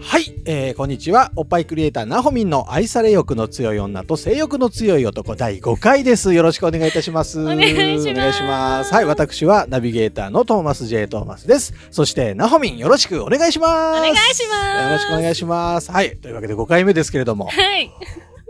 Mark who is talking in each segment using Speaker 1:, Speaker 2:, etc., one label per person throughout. Speaker 1: はい、えーこんにちはおっぱいクリエイターなほみんの愛され欲の強い女と性欲の強い男第5回ですよろしくお願いいたしますお
Speaker 2: 願いします
Speaker 1: 願いしますはい私はナビゲーターのトーマス J トーマスですそしてなほみんよろしくお願いします
Speaker 2: お願いします
Speaker 1: よろしくお願いしますはいというわけで5回目ですけれども
Speaker 2: はい、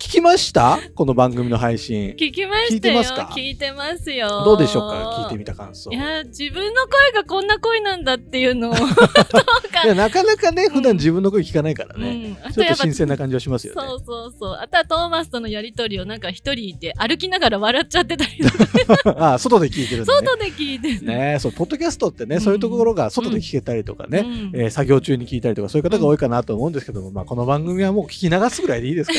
Speaker 1: 聞きましたこの番組の配信
Speaker 2: 聞きま
Speaker 1: 聞い
Speaker 2: した
Speaker 1: て
Speaker 2: よ。
Speaker 1: ますか
Speaker 2: 聞いてますよ。
Speaker 1: どうでしょうか聞いてみた感想
Speaker 2: いや、自分の声がこんな声なんだっていう のを。どうか
Speaker 1: いや。なかなかね
Speaker 2: ん
Speaker 1: 普段自分の声聞かないから
Speaker 2: う
Speaker 1: ね、
Speaker 2: ん、あ
Speaker 1: ちょっと新鮮な感じはしますよね
Speaker 2: そうそうそう。あとはトーマスとのやりとりをなんか一人で歩きながら笑っちゃってたりと か、
Speaker 1: あ外で聞いてるんだね
Speaker 2: 外で聞いてる。
Speaker 1: ねそうポッドキャストってね、
Speaker 2: うん
Speaker 1: そういうところが外で聞けたりとかね、
Speaker 2: うん
Speaker 1: えー作業中に聞いたりとかそういう方が多いかなと思うんですけども、まあ、この番組はもう聞き流すぐらいでいいですか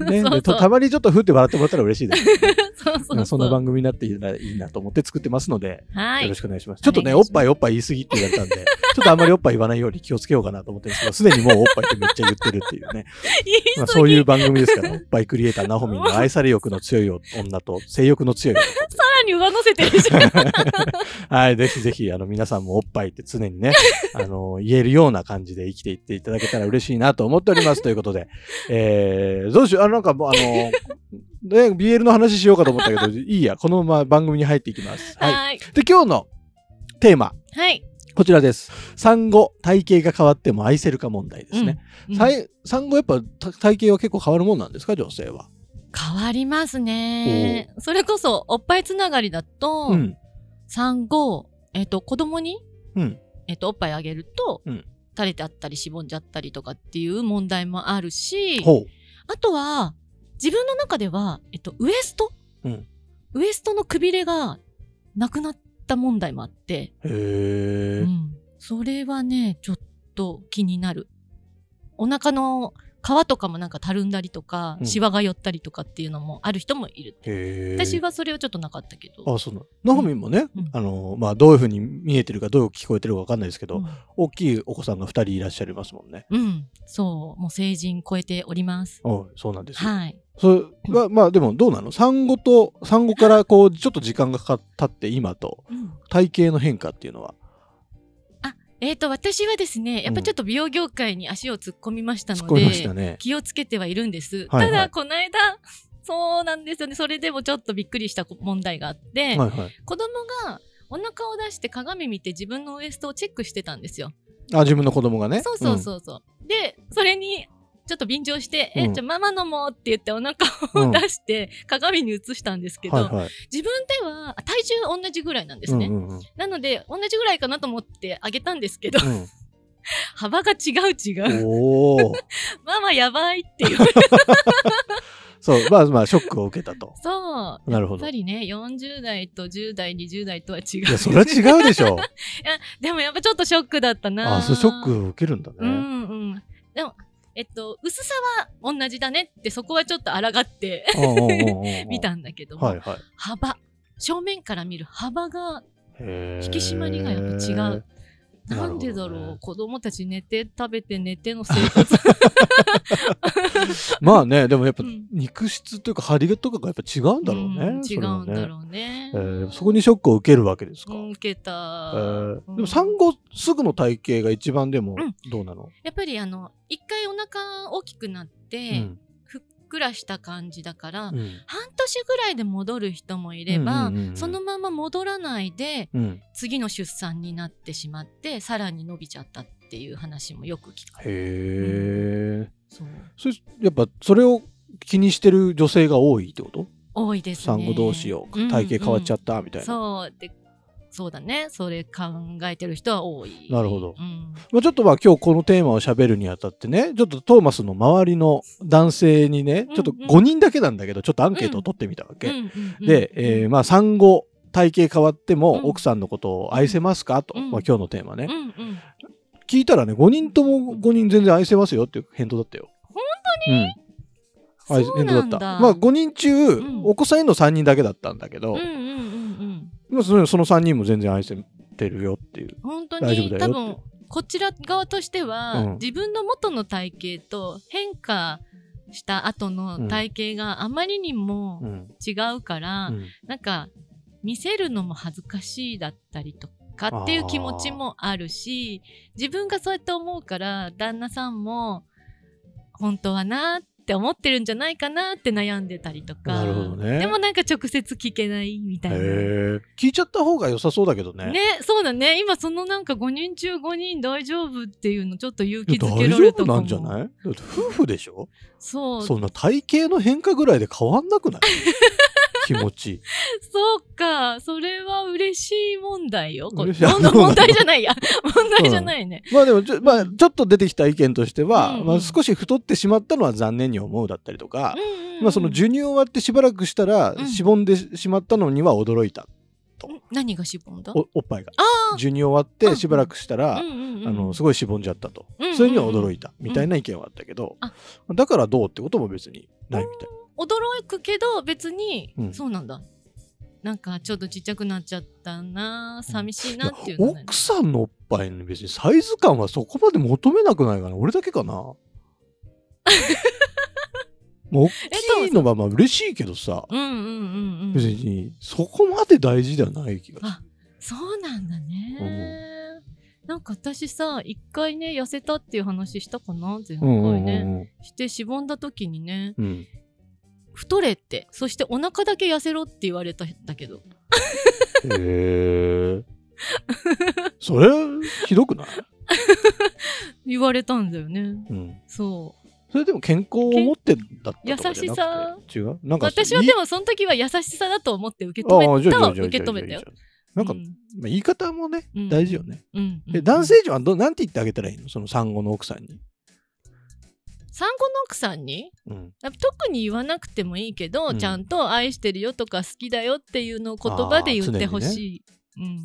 Speaker 1: ら、 ね、
Speaker 2: そうそう
Speaker 1: でとたまにちょっとふって笑ってもらったら嬉しいですけどね、
Speaker 2: そうそう
Speaker 1: う
Speaker 2: そ
Speaker 1: ん
Speaker 2: う。
Speaker 1: そんな番組になっていいないいなと思って作ってますので、
Speaker 2: は
Speaker 1: よ
Speaker 2: い
Speaker 1: ろし。くお願いしますちょっとね
Speaker 2: お
Speaker 1: お
Speaker 2: 願い
Speaker 1: っ
Speaker 2: します
Speaker 1: ぱいおっぱい言い過ぎって言われたんでちょっとあんまりおっぱい言わないように気をつけようかなと思ってるんですけどすでにもうおっぱいってめっちゃ言ってるっていうね、ま
Speaker 2: 言
Speaker 1: あ、そ
Speaker 2: い過
Speaker 1: うい
Speaker 2: ぎ。
Speaker 1: う番組ですからおっぱいクリエイターナホミンの愛され欲の強い女と性欲の強い男
Speaker 2: さらに上乗せてるじゃ ん。
Speaker 1: はい、ぜひぜひ、あの、皆さんもおっぱいって常に ね、あの、言えるような感じで生きていっていただけたら嬉しいなと思っており ます。ということで、えー、どうしよう、あの、なんかもう、あの、ね、BL の話しようかと思ったけど、いいや、このまま番組に入っていきます。はい。
Speaker 2: はい。
Speaker 1: で、今日のテーマ、
Speaker 2: はい。
Speaker 1: こちらです。産後、体型が変わっても愛せるか問題ですね。
Speaker 2: うん
Speaker 1: さい産後、やっぱた体型は結構変わるもんなんですか、女性は。
Speaker 2: 変わりますね。それこそ、おっぱいつながりだと、
Speaker 1: うん。
Speaker 2: 産後、えっと子供に、
Speaker 1: うん
Speaker 2: えっとおっぱいあげると、
Speaker 1: うん
Speaker 2: 垂れてあったりしぼんじゃったりとかっていう問題もあるし
Speaker 1: ほ
Speaker 2: あとは自分の中では、えっとウエスト、
Speaker 1: うん
Speaker 2: ウエストのくびれがなくなった問題もあって、
Speaker 1: う。へ
Speaker 2: う
Speaker 1: え。
Speaker 2: んそれはねちょっと気になるお腹の皮とかもなんかたるんだりとか、
Speaker 1: うん
Speaker 2: シワが寄ったりとかっていうのもある人もいる
Speaker 1: へえ。
Speaker 2: 私はそれはちょっとなかったけど、
Speaker 1: あそうなのナホミンもね、
Speaker 2: うん
Speaker 1: あのまあ、どういうふうに見えてるかどう聞こえてるかわかんないですけど、
Speaker 2: うん
Speaker 1: 大きいお子さんが2人いらっしゃいますもんね。
Speaker 2: うん、そう、もう成人超えております。
Speaker 1: うん、そうなんですよ。
Speaker 2: はい。
Speaker 1: それはまあでもどうなの産後と産後からこうちょっと時間がかか経って今と体型の変化っていうのは。
Speaker 2: えっ、と、私はですね、やっぱちょっと美容業界に足を突っ込みました
Speaker 1: 突っ
Speaker 2: の
Speaker 1: 込み
Speaker 2: で、
Speaker 1: ましたね。
Speaker 2: 気をつけてはいるんです。
Speaker 1: はいはい
Speaker 2: ただ、この間、そうなんですよね。それでもちょっとびっくりした問題があっ
Speaker 1: は
Speaker 2: て、
Speaker 1: いはい。
Speaker 2: 子供がお腹を出して鏡見て自分のウエストをチェックしてたんですよ。
Speaker 1: あ自分の子供がね。
Speaker 2: そうそうそうそう。で、それに、ちょっと便乗して、
Speaker 1: う
Speaker 2: え、
Speaker 1: ん
Speaker 2: じゃあママのもって言ってお腹
Speaker 1: う
Speaker 2: を
Speaker 1: ん
Speaker 2: 出して鏡に映したんですけ
Speaker 1: うん。
Speaker 2: ど、
Speaker 1: はいはい。
Speaker 2: 自分ではあ体重同じぐらいなんですね。
Speaker 1: うんうんうん
Speaker 2: なので同じぐらいかなと思ってあげたんですけど
Speaker 1: うん
Speaker 2: 幅が違う違う
Speaker 1: おお。
Speaker 2: ママやばいって いう
Speaker 1: そうまあまあショックを受けた と。
Speaker 2: そう
Speaker 1: なるほ
Speaker 2: やっ
Speaker 1: ど。
Speaker 2: ぱりね40代と10代20代とは違う
Speaker 1: いやそれは違うでしょ。
Speaker 2: でもやっぱちょっとショックだったな
Speaker 1: あそうショックを受けるんだね。
Speaker 2: うんうんでもえっと薄さは同じだねってそこはちょっと抗って
Speaker 1: うんうんうんうんうん
Speaker 2: 見たんだけども、
Speaker 1: はいはい。
Speaker 2: 幅正面から見る幅が
Speaker 1: へー
Speaker 2: 引き締まりがやっぱ違う。
Speaker 1: なる
Speaker 2: な
Speaker 1: ほどね
Speaker 2: んでだろう、子供たち寝て食べて寝ての生 活、
Speaker 1: まあね、でもやっぱ
Speaker 2: うん
Speaker 1: 肉質というか張りとかがやっぱ違うんだろうね。
Speaker 2: ん違うんだ
Speaker 1: う。
Speaker 2: ろうね
Speaker 1: えーそこにショックを受けるわけですか。
Speaker 2: うん受けた、
Speaker 1: えー
Speaker 2: うん
Speaker 1: でも産後すぐの体型が一番でも
Speaker 2: うん
Speaker 1: どうなの、
Speaker 2: やっぱりあの一回お腹大きくなっ
Speaker 1: う
Speaker 2: て、
Speaker 1: ん
Speaker 2: ふっくらした感じだから、
Speaker 1: うん
Speaker 2: 半年ぐらいで戻る人もいれば、
Speaker 1: うんうんうんうん
Speaker 2: そのまま戻らないで
Speaker 1: うん
Speaker 2: 次の出産になってしまってさらに伸びちゃったっていう話もよく聞く
Speaker 1: へえ、
Speaker 2: そう
Speaker 1: それやっぱそれを気にしてる女性が多いってこと
Speaker 2: 多いですね
Speaker 1: 産後どうしよう、体型変わっちゃったみた
Speaker 2: た
Speaker 1: いな、
Speaker 2: そうでそうだねそれ考えてる人は多い
Speaker 1: なるほど
Speaker 2: うん
Speaker 1: まあ、ちょっとまあ今日このテーマを喋るにあたってねちょっとトーマスの周りの男性にねちょっと
Speaker 2: うんうん
Speaker 1: 5人だけなんだけどちょっとアンケートを取ってみたわけ、
Speaker 2: うんうんうん
Speaker 1: で、えーまあ、産後体型変わっても
Speaker 2: うん
Speaker 1: 奥さんのことを愛せますかと、
Speaker 2: うん
Speaker 1: まあ、今日のテーマね、
Speaker 2: うんうん
Speaker 1: 聞いたらね、5人とも5人全然愛せますよっていう返答だったよ。
Speaker 2: 本
Speaker 1: 当に、うん、愛せ
Speaker 2: そうなんだ
Speaker 1: まあ5人中、
Speaker 2: ん
Speaker 1: お子さんへの3人だけだったんだけど
Speaker 2: うん、うんうんうん
Speaker 1: まあそのその3人も全然愛せてるよっていう。
Speaker 2: 本当
Speaker 1: 大丈夫だ
Speaker 2: に
Speaker 1: よ
Speaker 2: 多分こちら側としては、
Speaker 1: うん
Speaker 2: 自分の元の体型と変化した後の体型があまりにも
Speaker 1: うん
Speaker 2: 違うから、
Speaker 1: うん
Speaker 2: なんか見せるのも恥ずかしいだったりとかっていう気持ちもあるし自分がそうやって思うから旦那さんも本当はなって思ってるんじゃないかなって悩んでたりとか
Speaker 1: なるほどね
Speaker 2: でもなんか直接聞けないみたい
Speaker 1: へ
Speaker 2: な。
Speaker 1: え聞いちゃった方が良さそうだけどね。
Speaker 2: ね、そうだね今そのなんか5人中5人大丈夫っていうのちょっと勇
Speaker 1: い
Speaker 2: 気
Speaker 1: や
Speaker 2: づけ
Speaker 1: 大
Speaker 2: ら
Speaker 1: 丈
Speaker 2: れた
Speaker 1: 夫
Speaker 2: かも
Speaker 1: なんじゃないだって夫婦でしょ
Speaker 2: そうそ
Speaker 1: そんな体型の変化ぐらいで変わんな くない気持ち。
Speaker 2: うかそれは嬉しい問題よこれ
Speaker 1: 嬉しいあ
Speaker 2: 問
Speaker 1: そう
Speaker 2: 題
Speaker 1: なの
Speaker 2: 問題じ ゃないや問題じゃないね、
Speaker 1: まあでもちょ,、まあ、ちょっと出てきた意見としては、
Speaker 2: うんうん
Speaker 1: まあ、少し太ってしまったのは残念に思うだったりとか、
Speaker 2: うんうんうん
Speaker 1: まあ、その授乳終わってしばらくしたら、
Speaker 2: うん
Speaker 1: しぼんでしまったのには驚いた
Speaker 2: ん何がしぼんだ
Speaker 1: おおっぱいが
Speaker 2: ああ
Speaker 1: 授乳終わっ
Speaker 2: う
Speaker 1: て
Speaker 2: ん
Speaker 1: しばらくしたら、あのすごいしぼんじゃったと、
Speaker 2: うんうんうん
Speaker 1: それには驚いたみたいな意見はあったけど、
Speaker 2: あ
Speaker 1: だからどうってことも別にないみたい、
Speaker 2: 驚くけど別に、
Speaker 1: うん
Speaker 2: そうなんだなんかちょっとちっちゃくなっちゃったな寂しい
Speaker 1: い
Speaker 2: な
Speaker 1: や
Speaker 2: っていうのはない
Speaker 1: 奥さんのおっぱいに別にサイズ感はそこまで求めなくないかな俺だけ かなもう大きいのがまあ嬉しいけどさ、
Speaker 2: うんうんうんう
Speaker 1: 別
Speaker 2: ん
Speaker 1: にそこまで大事ではない気がする
Speaker 2: あそうなんだね、なんか私さ一回ね痩せたっていう話したかな前回ね、
Speaker 1: うんうんうん
Speaker 2: してしぼんだ時にね
Speaker 1: うんうん
Speaker 2: 太れってそしてお腹だけ痩せろって言われたんだけど
Speaker 1: へえそれひどくない、
Speaker 2: 言われたんだよね
Speaker 1: うん、
Speaker 2: そう
Speaker 1: それでも健康を持ってだったとかじゃなくて違うなんか
Speaker 2: 私はで
Speaker 1: も
Speaker 2: もその時は優しさだと思って受け止めた受け止めたよ。
Speaker 1: なんか、
Speaker 2: う
Speaker 1: ま
Speaker 2: ん
Speaker 1: あ言い方もね
Speaker 2: うん
Speaker 1: 大事よね、
Speaker 2: うんうん
Speaker 1: え男性陣はどなんて言ってあげたらいいのその産後の奥さんに、
Speaker 2: 産後の奥さんに
Speaker 1: うん、
Speaker 2: 特に言わなくてもいいけど、
Speaker 1: うん
Speaker 2: ちゃんと「愛してるよ」とか「好きだよ」っていうのを言葉で言ってほしい、うん、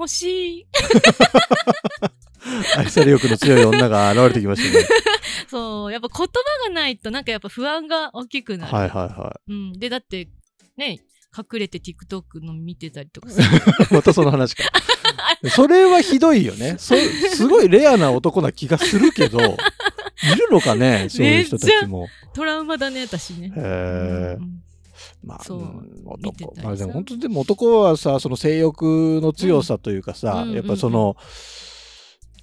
Speaker 2: 欲しい
Speaker 1: 愛され欲の強い女が現れてきましたね
Speaker 2: そうやっぱ言葉がないとなんかやっぱ不安が大きくなる、
Speaker 1: はいはいは
Speaker 2: うん、でだってね隠れて TikTok の見てたりとか さ
Speaker 1: いまたその話 かそれはひどいよねそすごいレアな男な気がするけどいるのか ねそういう人たちも
Speaker 2: トラウマだね私ね
Speaker 1: へ、え
Speaker 2: うんうん
Speaker 1: まあ、
Speaker 2: そうん見てたり
Speaker 1: 男
Speaker 2: さ
Speaker 1: まあでも本当でも男はさその性欲の強さというかさ、
Speaker 2: うん
Speaker 1: やっぱその、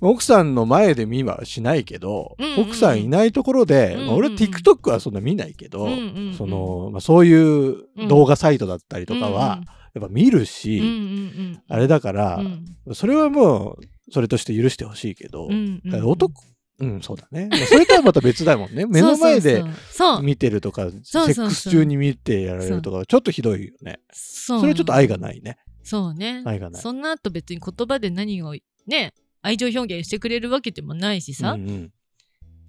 Speaker 1: 奥さんの前で見はしないけど、
Speaker 2: うんうんうん
Speaker 1: 奥さんいないところで、
Speaker 2: うんうん
Speaker 1: まあ、俺は TikTok はそんな見ないけど、
Speaker 2: うんうんうん
Speaker 1: そのまあ、そういう動画サイトだったりとかは、やっぱ見るし、
Speaker 2: うんうん
Speaker 1: あれだから
Speaker 2: うんう、ん
Speaker 1: それはもうそれとして許してほしいけど、
Speaker 2: うんうん
Speaker 1: だから男うんそうだね、まあそれとはまた別だも んね目の前で
Speaker 2: そうそうそう
Speaker 1: 見てるとか
Speaker 2: そうそう
Speaker 1: セ
Speaker 2: そ
Speaker 1: ッ
Speaker 2: う
Speaker 1: クス中に見てやられるとかちょっとひどいよね
Speaker 2: そ
Speaker 1: そうれはちょっと愛がないね
Speaker 2: そうね
Speaker 1: 愛がない
Speaker 2: そんな後別に言葉で何をね愛情表現してくれるわけでもないしさ、
Speaker 1: うんうん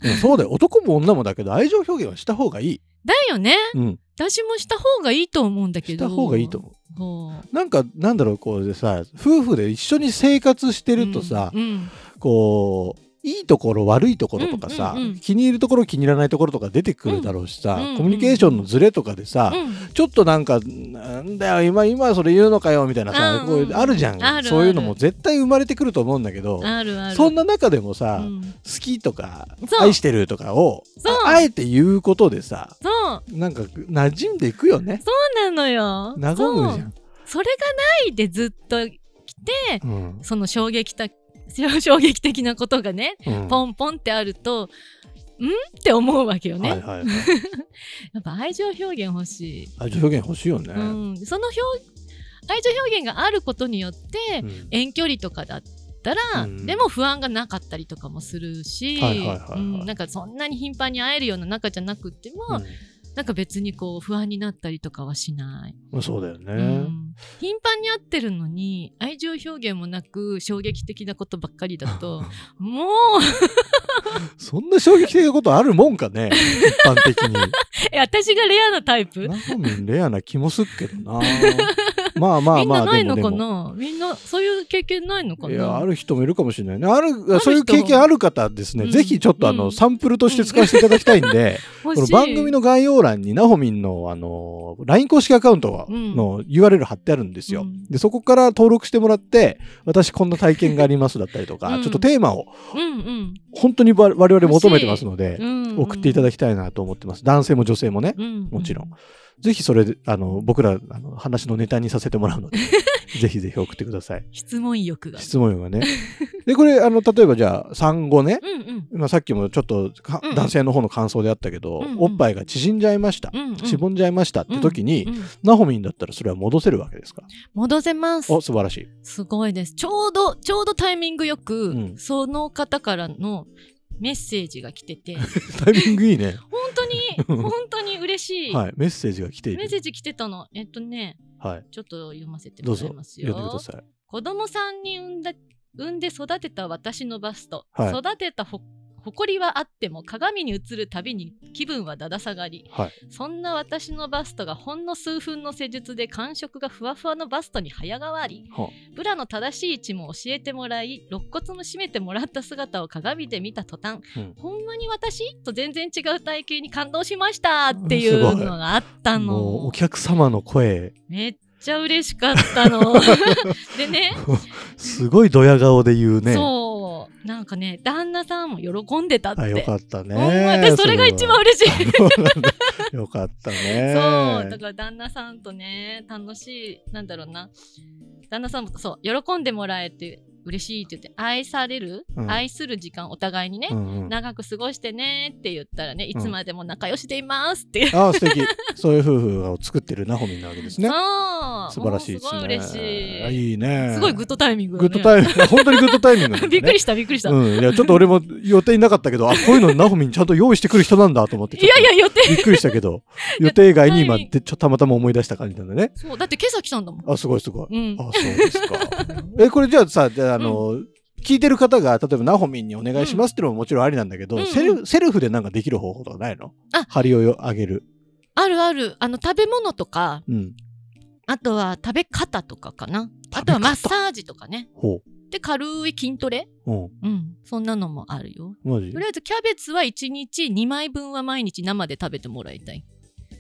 Speaker 1: でもそうだよ男も女もだけど愛情表現はした方がいい、
Speaker 2: だよね
Speaker 1: うん、
Speaker 2: 私もした方がいいと思うんだけ
Speaker 1: し
Speaker 2: ど
Speaker 1: た方がいいと思
Speaker 2: 思う
Speaker 1: うなんかなんだろうこうでさ夫婦で一緒に生活してるとさ、
Speaker 2: うんうん
Speaker 1: こういいところ悪いところとかさ、
Speaker 2: うんうんうん
Speaker 1: 気に入るところ気に入らないところとか出てくるだろうしさ、
Speaker 2: うんうん
Speaker 1: コミュニケーションのズレとかでさ、
Speaker 2: うん
Speaker 1: ちょっとなんかなんだよ今今それ言うのかよみたいなさ、
Speaker 2: うん
Speaker 1: こういうあるじゃん
Speaker 2: あるある
Speaker 1: そういうのも絶対生まれてくると思うんだけど
Speaker 2: あるある
Speaker 1: そんな中でもさ、
Speaker 2: うん
Speaker 1: 好きとか
Speaker 2: そう
Speaker 1: 愛してるとかを
Speaker 2: そう
Speaker 1: ああえて言うことでさ
Speaker 2: そう
Speaker 1: なんか馴染んでいくよね
Speaker 2: そうなの
Speaker 1: 和
Speaker 2: よ
Speaker 1: むじゃ
Speaker 2: そうんそれがないでずっと来て
Speaker 1: うん
Speaker 2: その衝撃た 衝撃的なことがね
Speaker 1: うん
Speaker 2: ポンポンってあると、んって思うわけよね、
Speaker 1: はいはいはい
Speaker 2: やっぱ愛情表現欲しい、
Speaker 1: 愛情表現欲しいよね、
Speaker 2: うん、その表愛情表現があることによって、
Speaker 1: うん
Speaker 2: 遠距離とかだったら、
Speaker 1: うん
Speaker 2: でも不安がなかったりとかもするし
Speaker 1: はいはいはいはい
Speaker 2: うんなんかそんなに頻繁に会えるような仲じゃなくっても、
Speaker 1: うん
Speaker 2: なんか別にこう不安になったりとかはしない、
Speaker 1: まあそうだよね、
Speaker 2: うん頻繁に会ってるのに愛情表現もなく衝撃的なことばっかりだ ともう
Speaker 1: そんな衝撃的なことあるもんかね一般 的に
Speaker 2: え私がレアなタイプ
Speaker 1: ナホミンレアな気もすっけどなまあまあ
Speaker 2: みん
Speaker 1: まあ、
Speaker 2: なないの
Speaker 1: でも
Speaker 2: か
Speaker 1: でも
Speaker 2: なみんなそういう経験ないのかない
Speaker 1: や、ある人もいるかもしれないね。ある、そういう
Speaker 2: 人
Speaker 1: 経験ある方ですね、
Speaker 2: うん
Speaker 1: ぜひちょっとあの、
Speaker 2: うん
Speaker 1: サンプルとして使わせていただきたいんで、
Speaker 2: 欲
Speaker 1: この
Speaker 2: しい
Speaker 1: 番組の概要欄に、なほみんの、あの、LINE 公式アカウントの URL 貼ってあるんですよ。
Speaker 2: うん
Speaker 1: で、そこから登録してもらって、私こんな体験がありますだったりとか、
Speaker 2: うん
Speaker 1: ちょっとテーマを
Speaker 2: うん
Speaker 1: 本当に我我々求めてますので
Speaker 2: う、んうん
Speaker 1: 送っていただきたいなと思ってます。男性も女性もね。
Speaker 2: うん
Speaker 1: もちろんぜひそれで、あの、僕ら、あの、話のネタにさせてもらう ので、ぜひぜひ送ってください。
Speaker 2: 質問欲が
Speaker 1: 質問がね。で、これ、あの、例えばじゃあ、産後ね、
Speaker 2: うんうん
Speaker 1: まあ、さっきもちょっとか、
Speaker 2: うん
Speaker 1: 男性の方の感想であったけど、
Speaker 2: うんうん
Speaker 1: おっぱいが縮んじゃいました、
Speaker 2: うんうん
Speaker 1: しぼんじゃいましたって時に、
Speaker 2: うん
Speaker 1: ナホミンだったらそれは戻せるわけですか
Speaker 2: 戻せます
Speaker 1: お素晴らしい。
Speaker 2: すごいですちょうどちょうどタイミングよく、
Speaker 1: うん
Speaker 2: その方からのメッセージが来 てて
Speaker 1: タイミングいいね。
Speaker 2: 本当に 本当に嬉しい、
Speaker 1: はい、メッセージが来てい
Speaker 2: メッ
Speaker 1: る。
Speaker 2: セージ来てたのえっとね
Speaker 1: はい、
Speaker 2: ちょっと読ませて
Speaker 1: ど
Speaker 2: も
Speaker 1: う
Speaker 2: ら
Speaker 1: ぞ
Speaker 2: い
Speaker 1: 読ん
Speaker 2: ます
Speaker 1: で
Speaker 2: よ
Speaker 1: ください。
Speaker 2: 子供さんに産んだ産んで育てた私のバスト、
Speaker 1: はい
Speaker 2: 育てたほ誇りはあっても鏡に映るたびに気分はだだ下がり
Speaker 1: はい、
Speaker 2: そんな私のバストがほんの数分の施術で感触がふわふわのバストに早変わり
Speaker 1: は
Speaker 2: ブラの正しい位置も教えてもらい肋骨も締めてもらった姿を鏡で見た途端、
Speaker 1: うん
Speaker 2: ほんまに私と全然違う体型に感動しましたっていうのがあった
Speaker 1: もう
Speaker 2: の
Speaker 1: お客様の声、
Speaker 2: めっちゃ嬉しかったので ね
Speaker 1: すごいドヤ顔で言うね。
Speaker 2: そうなんかね旦那さんも喜んでたって
Speaker 1: あよかったね。
Speaker 2: うん私それが一番
Speaker 1: そ
Speaker 2: 嬉しい
Speaker 1: れは。そうなんだよかったね。
Speaker 2: そうだから旦那さんとね楽しいなんだろうな旦那さんもそう喜んでもらえて嬉しいって言って愛される、
Speaker 1: うん
Speaker 2: 愛する時間お互いにね、
Speaker 1: うんうん、あ
Speaker 2: 長く過ごしてねって言ったらねいつまでも仲良しでいますって、
Speaker 1: ー素敵。そういう夫婦を作ってるナホミンなわけですね。
Speaker 2: そう
Speaker 1: 素晴らしいですね。
Speaker 2: もうすごい嬉し
Speaker 1: あ
Speaker 2: い
Speaker 1: いいね。
Speaker 2: すごいグッドタイミング、
Speaker 1: グ
Speaker 2: ね、
Speaker 1: ッドタイミング。本当にグッドタイミングなんだね。
Speaker 2: びっくりしたびっくりした、
Speaker 1: うん。いや、ちょっと俺も予定になかったけど、あ、こういうのナホミンちゃんと用意してくる人なんだと思って。
Speaker 2: いやいや予定
Speaker 1: びっくりしたけど、予定外に今、
Speaker 2: タイミング
Speaker 1: でちょたまたま思い出した感じなんだね。
Speaker 2: そうだって今朝来たんだもん
Speaker 1: あ、すごいすごい。
Speaker 2: うん
Speaker 1: あ、そうですか。え、これじゃあさ、じゃああの、聞いてる方が、例えば、ナホミンにお願いしますってのももちろんありなんだけど、
Speaker 2: うん
Speaker 1: セルフセルフでなんかできる方法とかないの
Speaker 2: あ
Speaker 1: 張りをよ上げる。
Speaker 2: あるあるあの食べ物とか
Speaker 1: うん。
Speaker 2: あとは食べ方とかかなあとはマッサージとかね
Speaker 1: ほ
Speaker 2: で軽い筋トレ
Speaker 1: う。うん。
Speaker 2: うんそんなのもあるよ
Speaker 1: マジ
Speaker 2: とりあえずキャベツは1日2枚分は毎日生で食べてもらいたい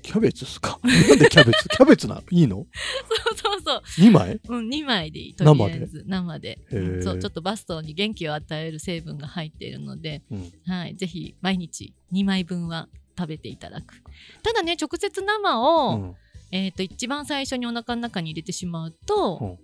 Speaker 1: キャベツっすか なんでキャベツキャベツなのいいの
Speaker 2: そうそうそう
Speaker 1: ?2 枚
Speaker 2: うん、2枚でいいと
Speaker 1: 生
Speaker 2: りあ
Speaker 1: で
Speaker 2: えず生で
Speaker 1: へー
Speaker 2: うんそうちょっとバストに元気を与える成分が入っているので、
Speaker 1: うん
Speaker 2: はい、ぜひ毎日2枚分は食べていただくただね直接生を、
Speaker 1: うん
Speaker 2: えー、と一番最初にお腹の中に入れてしまうと、
Speaker 1: うん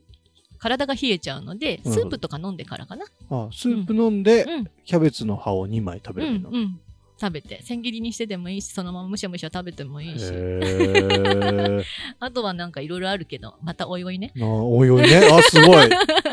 Speaker 2: 体が冷えちゃうので
Speaker 1: ほど
Speaker 2: スープとか飲んでからかな、
Speaker 1: あスープ飲んで、
Speaker 2: うん
Speaker 1: キャベツの葉を2枚食
Speaker 2: う
Speaker 1: べ
Speaker 2: ん
Speaker 1: れるの、
Speaker 2: うん、食べて千切りにしてでもいいしそのままむしゃむしゃ食べてもいいし
Speaker 1: へえ。
Speaker 2: あとはなんかいろいろあるけどまたおいおいね
Speaker 1: なおいおいね。あ、すご い。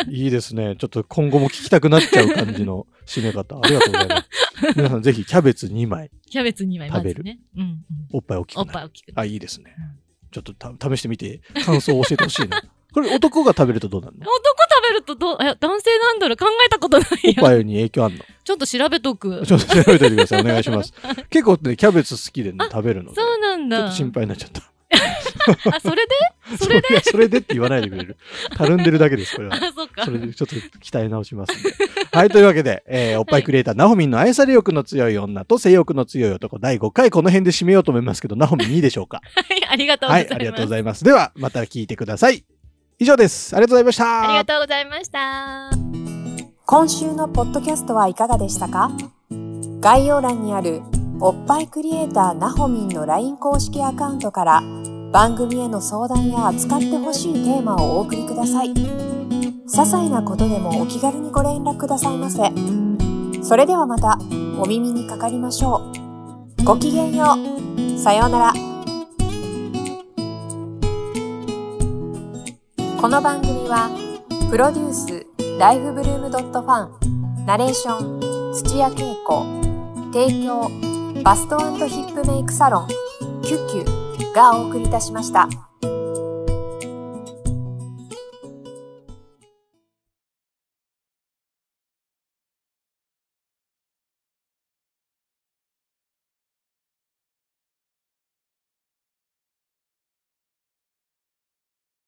Speaker 1: いいですね。ちょっと今後も聞きたくなっちゃう感じの締め方。ありがとうございます。皆さんぜひキャベツ2枚、
Speaker 2: キャベツ2枚ま
Speaker 1: 食べ
Speaker 2: ず
Speaker 1: る
Speaker 2: ね、うんうん、
Speaker 1: おっぱい大き
Speaker 2: おっ
Speaker 1: くな
Speaker 2: ぱい
Speaker 1: る。
Speaker 2: 大きく
Speaker 1: あ、いいですね
Speaker 2: うん。
Speaker 1: ちょっとた試してみて、感想を教えてほしいな。 これ男が食べるとどうな るの
Speaker 2: 男食べるとどうえ男性なんだろう考えたことない
Speaker 1: お
Speaker 2: や
Speaker 1: っぱいに影響あ んの
Speaker 2: ちょっと調べとく
Speaker 1: ちょっと調べておいてください。お願いします。結構ね、キャベツ好きでね、食べるので。
Speaker 2: そうなん
Speaker 1: ちょっ
Speaker 2: だ
Speaker 1: と心配になっちゃった。
Speaker 2: あそれで それで
Speaker 1: それでって言わないでくれる。たるんでるだけです、これは。
Speaker 2: あ そっか
Speaker 1: それでちょっと鍛え直しますんで。 はい、というわけで、えーおっぱいクリエイター、ナホミンの愛され欲の強い女と性欲の強い男、第5回、この辺で締めようと思いますけど、ナホミンいいでし ょうか。
Speaker 2: はいありがとうご
Speaker 1: は
Speaker 2: ざ
Speaker 1: い、
Speaker 2: います、
Speaker 1: ありがとうございます。では、また聞いてください。以上です。ありがとうございました。
Speaker 2: ありがとうございました
Speaker 3: 今週のポッドキャストはいかがでしたか概要欄にあるおっぱいクリエイターなほみんの LINE 公式アカウントから番組への相談や扱ってほしいテーマをお送りください些細なことでもお気軽にご連絡くださいませそれではまたお耳にかかりましょうごきげんようさようならこの番組は「プロデュースライフブルームドットファンナレーション土屋恵子提供バストヒップメイクサロン「キュッキュ」がお送りいたしました。